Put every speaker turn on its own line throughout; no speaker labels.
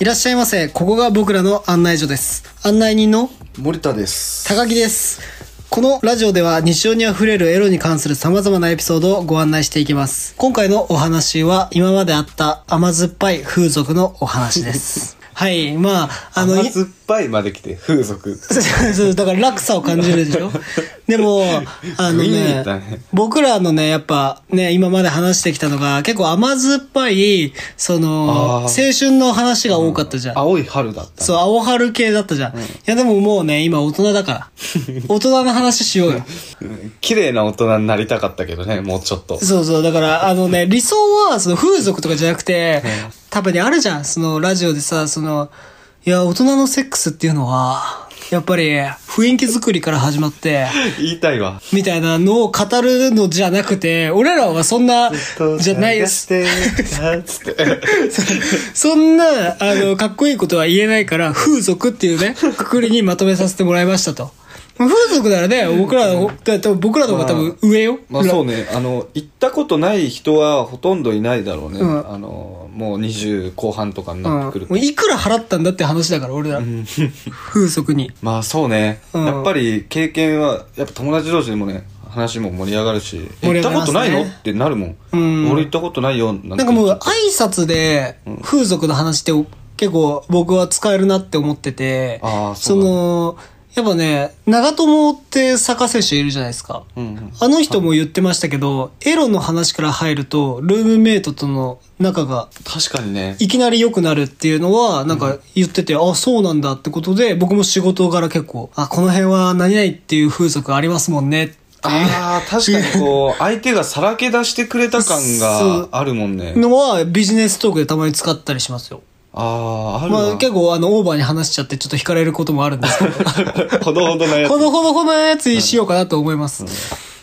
いらっしゃいませ。ここが僕らの案内所です。案内人の
森田です。
高木です。このラジオでは日常にあふれるエロに関する様々なエピソードをご案内していきます。今回のお話は今まであった甘酸っぱい風俗のお話 です。はい、まあ、あの、
甘
い
酸っぱいまで来て、風俗。
そうそうだから落差を感じるでし ょでも、あの
見に行
ね
ったね
僕らのね、やっぱね、今まで話してきたのが、結構甘酸っぱい、その、
あー
青春の話が多かったじゃん。
青い春だった。
そう、青春系だったじゃん。いや、でももうね、今大人だ から。大人の話しようよ。
綺麗な大人になりたかったけどね、もうちょ っと。
そうそう、だから、あのね、理想は、その風俗とかじゃなくて、多分ね、あるじゃん。その、ラジオでさ、その、いや、大人のセックスっていうのは、やっぱり、雰囲気作りから始まって、
言いたいわ。
みたいなのを語るのじゃなくて、俺らはそんな、じゃないです。
て、つって。
そんな、あの、かっこいいことは言えない から、風俗っていうね、くくりにまとめさせてもらいましたと。風俗ならね、僕らの、だ多分僕らの方が多分上よ。
まあそうね、あの、行ったことない人はほとんどいないだろうね。
うん
あの、もう20後半とか
う
に
ん
なっ
も
てくると。
ういくら払ったんだって話だから、俺ら。風俗に。
まあそうね、
うん
やっぱり経験は、やっぱ友達同士でもね、話も盛り上がるし、
盛り
行
上がりま
ったこ
す
と
ね
ないのってなるもん。
うん
俺行ったことないよ、なんて
なんかもう挨拶で風俗の話って結構僕は使えるなって思ってて、
あー
そ
そうだ
の、やっぱね、長友ってサッカー選手いるじゃないですか。
うんうん
あの人も言ってましたけど、エロの話から入ると、ルームメイトとの仲が
確かにね。
いきなり良くなるっていうのは、なんか言ってて、あ、そうなんだってことで、僕も仕事柄結構、あ、この辺は何々っていう風俗ありますもんねって
ああ、確かにこ う、相手がさらけ出してくれた感があるもんね
いう。のは、ビジネストークでたまに使ったりしますよ。
ああ、ある
まあ
わ。
結構あの、オーバーに話しちゃってちょっと惹かれることもあるん ですけど、
ほどほどのやつ
ほ。どほどほどのやつにしようかなと思います。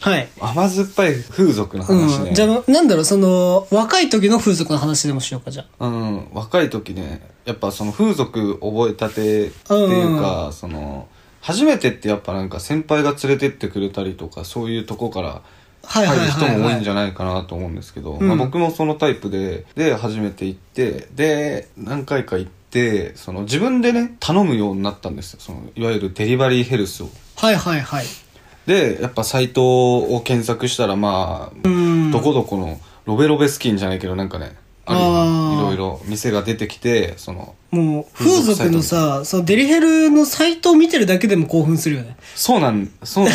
はい。
甘酸っぱい風俗の話
う
ね。
ん。じゃあ、なんだろう、その、若い時の風俗の話でもしようか、じゃあ。
うん、若い時ねやっぱその風俗覚えたてっていうか、その初めてってやっぱなんか先輩が連れてってくれたりとかそういうとこから
はいはい
入る人
はい
も多い
は
ん
い。
じゃないかなと思うんですけど、
ん
まあ、僕もそのタイプでで初めて行ってで何回か行ってその自分でね頼むようになったんですよそのいわゆるデリバリーヘルスを。
はいはいはい。
でやっぱサイトを検索したらま
う
あ
ん。
どこどこのロベロベスキンじゃないけどなんかねある
あー
いろいろ店が出てきてその
もう、風俗のさ、そのデリヘルのサイトを見てるだけでも興奮するよね。
そうなんそうな ん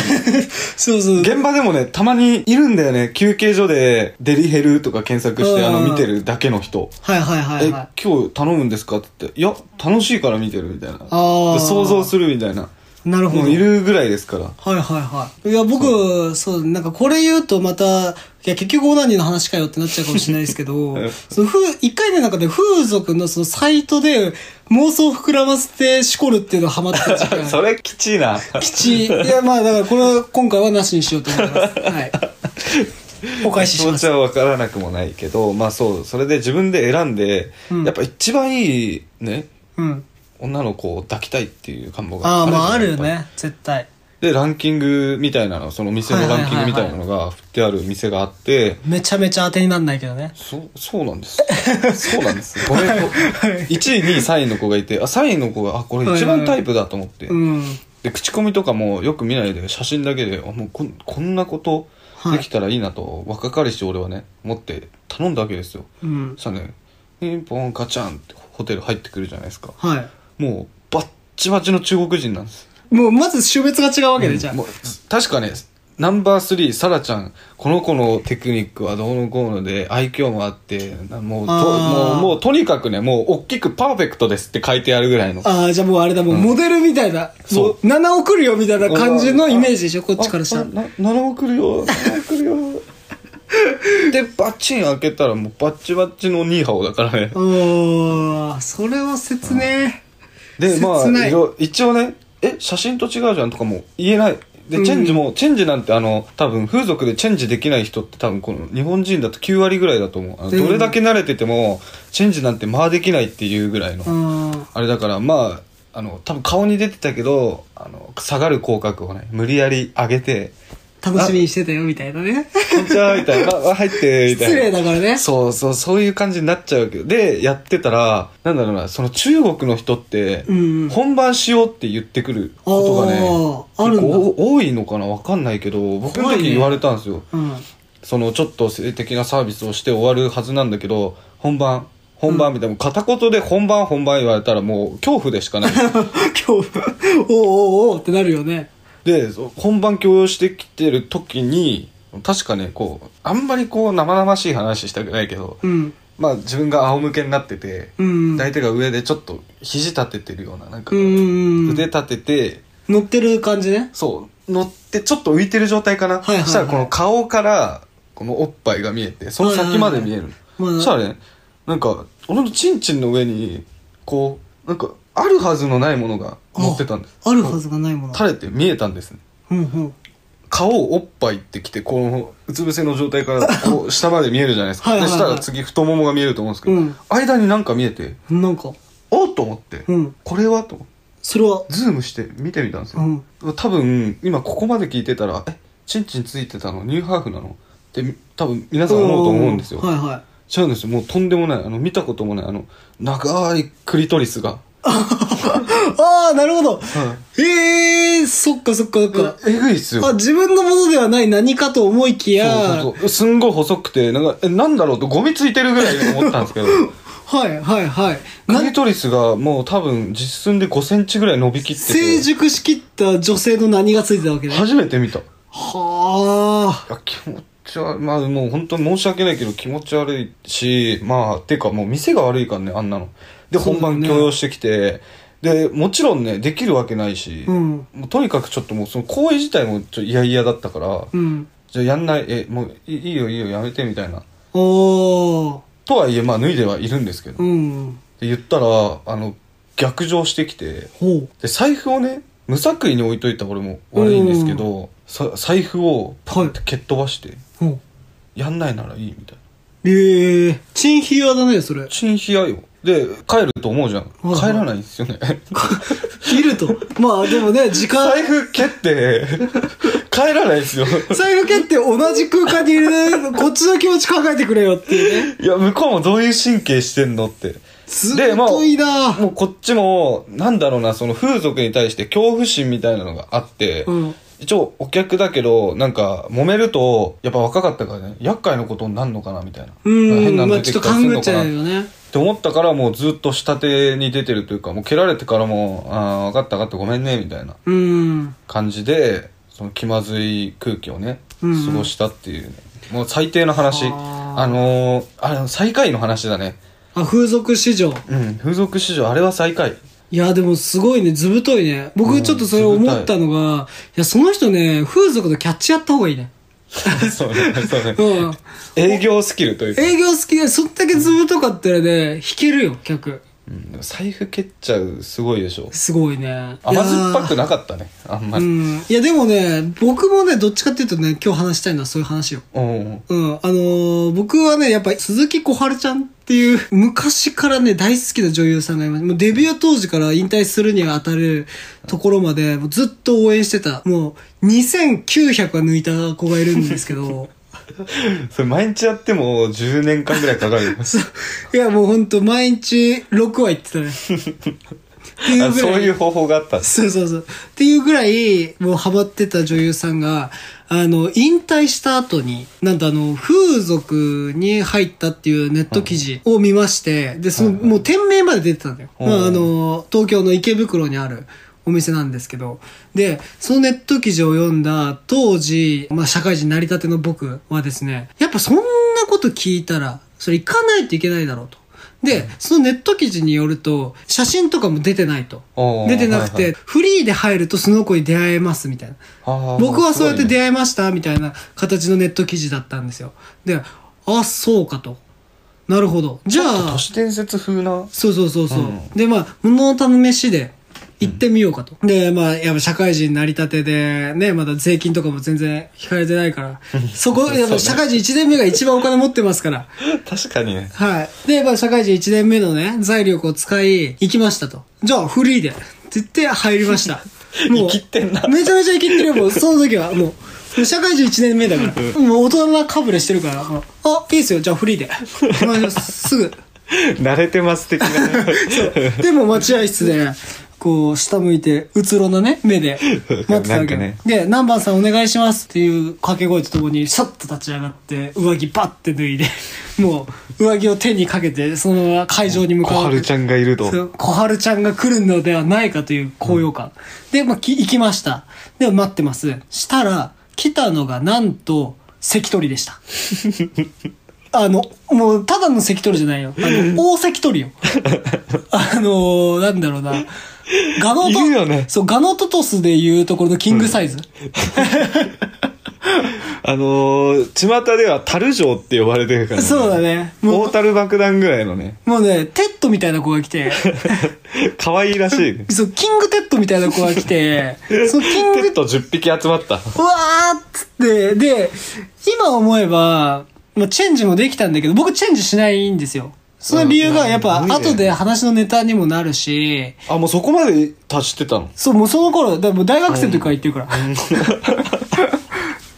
そうそう。
現場でもねたまにいるんだよね休憩所で「デリヘル」とか検索して
うん
あの見てるだけの人
はいはい
「
はい
え
はい。
今日頼むんですか?」って言って「いや楽しいから見てる」みたいな
ー
で想像するみたいな
なるほ
も
ど。
ういるぐらいですから
はいはいはい。いや、僕、そう、なんかこれ言うとまた、いや、結局オナニーの話かよってなっちゃうかもしれないです けど、その風、一回の中で風俗のそのサイトで妄想を膨らませてしこるっていうのはハマった時間。
それきちいな
吉。いや、まあだからこれは今回はなしにしようと思います。 はい。お返し
気
し
持
ま
ち
す。
は分からなくもないけどまあそうそれで自分で選んで、
ん
やっぱ一番いいね
うん。
女の子を抱きたいっていう願望が
あ
あ
あ、
る
まああるよ
じゃんやっぱり
ね。絶対。
でランキングみたいなのその店のランキングみたいなのが振ってある店があって
めちゃめちゃ当てになんないけどね。
そうそうなんです そうなんですこれ1位2位3位の子がいてあ3位の子があこれ一番タイプだと思って
うん。
で口コミとかもよく見ないで写真だけであもうこんこんなことできたらいいなと若かりし俺はね思って頼んだわけですよ
うん
そ。したらねピンポンカチャンってホテル入ってくるじゃないですか
は
もうバッチバチの中国人なんです
い。もうまず種別が違うわけで、じゃあ。
もう確かねナンバー3サラちゃんこの子のテクニックはどうのこうので愛嬌もあってなもうと
あ
も
ー
うもうとにかくねもう大きく「パーフェクトです」って書いてあるぐらいの
ああ、じゃあもうあれだ、もうモデルみたいな、
そう
もう7億るよみたいな感じのイメージでしょ、こっちからしたら。
7億るよ7億 るよでバッチン開けたらもうバッチバッチのニーハオだからね
おー、それは説明。
でま
切な
あ
い
いろ一応ね「え写真と違うじゃん」とかも言えないでチェンジも、チェンジなんてあの多分風俗でチェンジできない人って多分この日本人だと9割ぐらいだと思うあの
うん
どれだけ慣れててもチェンジなんてまあできないっていうぐらいの、
うん。
あれだからまああの多分顔に出てたけどあの下がる口角をね無理やり上げて
楽しみにしてたよ、みたいなね。
こんにちは、み たいな。ああ入って、みた
失
いな。
礼だからね。
そうそう、そういう感じになっちゃうけど。で、やってたら、なんだろうな、その中国の人って
うんうん、
本番しようって言ってくることが
あ
ね、
ーあるんだ
結構多いのかなわかんないけど、僕の
怖い
時
ね
言われたんですよ。
うん。
その、ちょっと性的なサービスをして終わるはずなんだけど、本番、本番みたいな、片言で本番本番言われたらもう恐怖でしかない。
今日、おうおうおうってなるよね。
でそう本番強要してきてる時に確かねこうあんまりこう生々しい話したくないけど、
うん。
まあ自分が仰向けになってて、
うん。
大手が上でちょっと肘立ててるようななんか、
うんうんうん
腕立てて
乗ってる感じね。
そう乗ってちょっと浮いてる状態か
い
な、
はいはい
そしたらこの顔からこのおっぱいが見えてその先まで見える、
はいはいはい
そしたらねなんか俺のチンチンの上にこうなんかあるはずのないものが乗ってたんです
ああるはずがないもの。
垂れて見えたんですね
うんうん。
顔をおっぱいってきてこのうつ伏せの状態からこう下まで見えるじゃないですか
はいはい
で
はい
したら次太ももが見えると思うんですけど、
うん
間になんか見えて
なんか、
おっと思って、
うん
これはと思って
それは、
ズームして見てみたんですよ、多分今ここまで聞いてたら「えチンチンついてたのニューハーフなの?」って多分皆さん思うと思うんですよ、
はいはい。
違うんですよもうとんでもないあの見たこともないあの長いクリトリスが、
ああ、なるほど。
は
ええー、そっかそっかそっか。
い、えぐいっすよ
あ、自分のものではない何かと思いきや、
そうそうそうすんごい細くてなんかえなんだろうとゴミついてるぐらいに思ったんで すけど
はいはいはい。
ク
な
リトリスがもう多分実寸で5センチぐらい伸びきって
成
て
熟しきった女性の何がついてたわけね。
初めて見たい
は
や気持ち悪いまあもう本当に申し訳ないけど気持ち悪いしまあていうかもう店が悪いからねあんなので
そう
本
だね
番強要してきて、でもちろんねできるわけないし、
あ。うん。
もうとにかくちょっともうその行為自体もちょっと嫌々だったから、
うん。
じゃあやんないえもういいいよいいよやめてみたいな
おー。
とはいえまあ脱いではいるんですけど、
う
で
ん。
言ったらあの逆上してきて
ほう。
で財布をね無作為に置いといた俺も悪いんですけど、さ財布をパンって蹴っ飛ばして、
ほう。
やんないならいいみたい
ええー、チンヒアだね、それ
な。チンヒアよで帰ると思うじゃん
いはい
帰らないんですよね
いると。まあでもね、時間、
財布蹴って 帰らないんですよ
財布蹴って同じ空間にいるね、こっちの気持ち考えてくれよっていうね。
いや向こうもどういう神経してんのって
ずっといいな
もうこっちもなんだろうなその風俗に対して恐怖心みたいなのがあって、
うん。
一応お客だけどなんか揉めるとやっぱ若かったからね厄介なことになるのかなみたいな
うん。ま
の
あ
出
ち
て
ょっと
きた
勘
りす
ぐ
る
っ
の
ち
か
ゃ
な
うよね。
って思ったからもうずっと下手に出てるというかもう蹴られてからもああ分かった分かったごめんねみたいな
うん。
感じでその気まずい空気をね過
うん
ごしたっていうね、もう最低の話
は
あ
あ
のー、あれ最下位の話だね
あ、風俗市場。
うん風俗市場あれは 最下位
いや、でもすごいね、図太いね。
う
僕
ん
ちょっとそれ思ったのが、いや、その人ね、風俗とキャッチやった方がいいね。
そうねそうね
うん。
営業スキルというか、
営業好きで、そんだけ図太かったらね、弾けるよ、客。
うんでも財布蹴っちゃうすごいでしょ
すごいね。
甘酸っぱく
い
なかったねあんま
やー
り、
うん。いや、でもね、僕もね、どっちかっていうとね、今日話したいのはそういう話よ。
うんう
う
ん、
ん。あのー僕はね、やっぱ鈴木小春ちゃんっていう、 昔からね、大好きな女優さんがいます。もうデビュー当時から引退するにあたるところまで、もうずっと応援してた。もう、2900は抜いた子がいるんですけど、
それ毎日やっても10年間ぐらいかかる よ
そういや、もうほんと、毎日6は行ってたね。 って
あ
ぐ
そう
ら
いう方法があったんです
そうそうそう。っていうぐらい、もうハマってた女優さんが、あの、引退した後に、なんとあの、風俗に入ったっていうネット記事を見まして、で、その、もう店名まで出てたんだよ。
うん
まあ、あの、東京の池袋にある。お店なんですけど。で、そのネット記事を読んだ当時、まあ社会人成り立ての僕はですね、やっぱそんなこと聞いたら、それ行かないといけないだろうと。で、そのネット記事によると、写真とかも出てないと。
おー
出てなくて、
はいはい
フリーで入るとその子に出会えますみたいな。
あー
僕はそうやって
すごいね
出会いましたみたいな形のネット記事だったんですよ。で、あ、そうかと。なるほど。じゃ
都
あ、
市伝説 風な
そうそうそうそう。
うん
で、まあ、物のためしで行ってみようかと。で、まあ、やっぱ社会人なりたてで、ね、まだ税金とかも全然引かれてないから、そこ、
そうね
やっぱ社会人1年目が一番お金持ってますから。
確かにね
はい。で、まあ、社会人1年目のね、財力を使い、行きましたと。じゃあ、フリーで。って言って入りました。
生きてんな
めちゃめちゃ生きてるよ、もう、その時は。もう、社会人1年目だから。もう大人なかぶれしてるから。あ、いいですよ。じゃあフリー で。お前すぐ。
慣れてます 的な。
でも待合室で、こう、下向いて、うつろなね、目 で、待ってたわ
なん
け。
かね
で、南蛮さんお願いしますっていう掛け声とともに、シャッと立ち上がって、上着バッて脱いで、もう、上着を手にかけて、そのまま会場に向かう。
小春ちゃんがいると。
そう小春ちゃんが来るのではないかという高揚感。で、まあ、き行きました。で、待ってます。したら、来たのがなんと、関取で した。あの、もう、ただの関取じゃないよ。あの、大関取よ。 あのー、なんだろうな。ガノート、
いるよね
そう、ガノートトスでいうところのキングサイズ。
あのー、巷では樽城って呼ばれてるから、
そうだ。ね。も
大
う、
樽爆弾ぐらいのね、
もうね、テッドみたいな子が来 て、
可愛いらしいね。
そう、キングテッドみたいな子が来て、そのキング
ペット10匹集まった。
うわーっつって、で、今思えば、まあ、チェンジもできたんだけど、僕チェンジしないんですよ。その理由がやっぱ
うん
後で話のネタにもなるし、
あ、もうそこまで達してたの
そう、もうその頃、だもう大学生の時から言ってるから。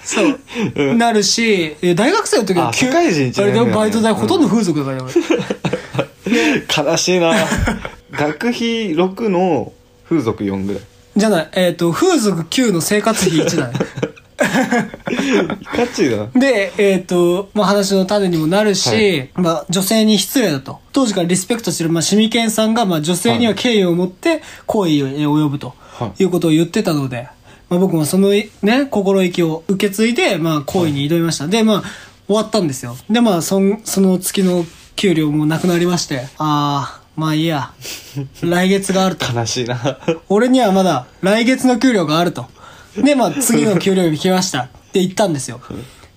そう。なるし、え大学生の時は
あ社会人一
あ
年
れ
目
だよ
だね
バイト代ほとんど風俗だからね、俺
悲しいな 学費6の風俗4ぐらい。
じゃない、えっ、と、風俗9の生活費1だね。
いかちいだな。
で、えっ、と、まあ、話の種にもなるし、まあ、女性に失礼だと。当時からリスペクトしてる、まあ、シミケンさんが、まあ、女性には敬意を持って、好意に及ぶと
は、い
いうことを言ってたので、まあ、僕もその、ね、心意気を受け継いで、まあ、好意に挑みました。で、まあ、終わったんですよ。で、まあ、そん、その月の給料もなくなりまして、ああ、まあいいや、来月があると。
悲しいな
俺にはまだ来月の給料があると。で、まあ次の給料日来ましたって言ったんですよ。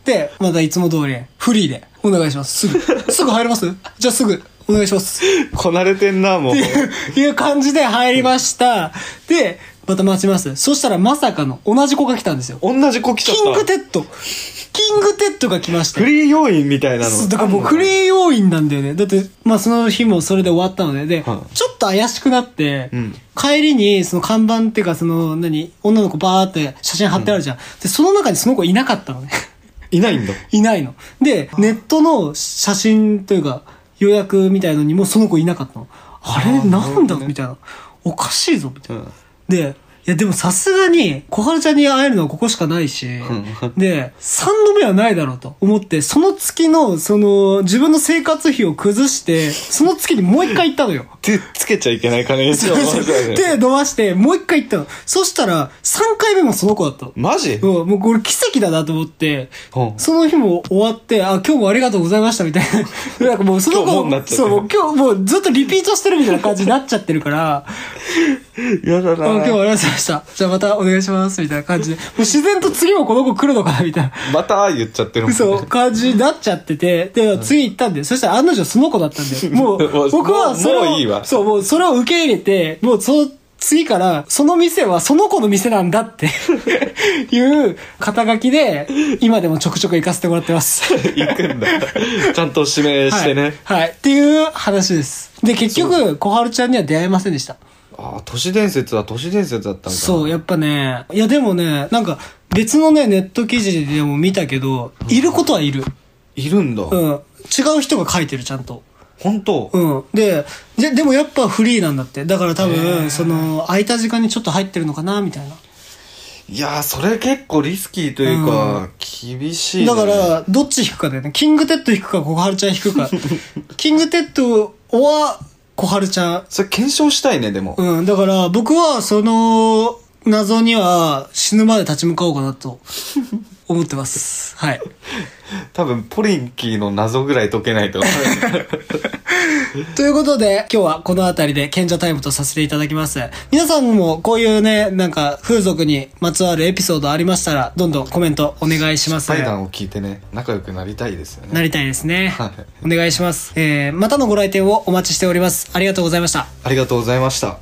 で、またいつも通りフリーでお願いします。すぐ。すぐ入りますじゃあすぐお願いします。
こなれてんな、もう。
っていう感じで入りました。で、また待ちます。そしたらまさかの同じ子が来たんですよ。
同じ子来ちゃった。
キングテッド。キングテッドが来ました
フ。リー要員みたいな
そ
の。
うだからもうフリー要員なんだよね。だって、まあその日もそれで終わったので、で、ちょ
は
っと
い
怪しくなって、
うん
帰りにその看板っていうかその、何、女の子バーって写真貼ってあるじゃん。で、その中にその子いなかったのね。
いないんだ。
いないの。で、ネットの写真というか予約みたいのにもその子いなかったの。あれなんだみたいな。おかしいぞみたいな。
うん。
で、いやでもさすがに、小春ちゃんに会えるのはここしかないし、で、3度目はないだろうと思って、その月の、その、自分の生活費を崩して、その月にもう一回行ったのよ。
手つけちゃいけない金にしよう。
手伸ばして、もう一回行ったの。そしたら、3回目もその子だったの。
マジ
うんもうこれ奇跡だなと思って、
うん
その日も終わって、あ、今日もありがとうございましたみたい な。なんかもうその
今日も
子
になっちゃってる
そう、もう今日もうずっとリピートしてるみたいな感じになっちゃってるから、あ今日はあ
やだな
りがとうございました。じゃあまたお願いします。みたいな感 じで。もう自然と次もこの子来るのかなみたいな。
また言っちゃってるもんね。
そう、感じになっちゃってて、で、次行ったんで、そしたら案の定その子だったんで、も
も
う、
う
僕はそれを、
もういいわ
そう、もうそれを受け入れて、もうその、次から、その店はその子の店なんだって、 いう肩書きで、今でもちょくちょく行かせてもらってます。
行くんだ。ちゃんと指名 してね。
はい。はい。っていう話です。で、結局、小春ちゃんには出会えませんでした。
ああ、都市伝説は都市伝説だったんだ。
そう、やっぱね。いや、でもね、なんか、別のね、ネット記事でも見たけど、いることはいる。
いるんだ。
うん。違う人が書いてる、ちゃんと。
本当
うん。で、で、でもやっぱフリーなんだって。だから多
へ
分、
ー
その、空いた時間にちょっと入ってるのかな、みたいな。
いやー、それ結構リスキーというか、厳しいね。
だから、どっち引くかだよね。キングテッド引くか、小春ちゃん引く か。キングテッドは、小春ちゃん。
それ検証したいね、でも。
うん。だから、僕は、その、謎には死ぬまで立ち向かおうかなと思ってます。はい。
多分、ポリンキーの謎ぐらい解け ないと。
ということで、今日はこの辺りで賢者タイムとさせていただきます。皆さんもこういうね、なんか風俗にまつわるエピソードありましたら、どんどんコメントお願いします。
対談を聞いてね、仲良くなりたいですよね。
なりたいですね。
はい
お願いします。えー、またのご来店をお待ちしております。ありがとうございました。
ありがとうございました。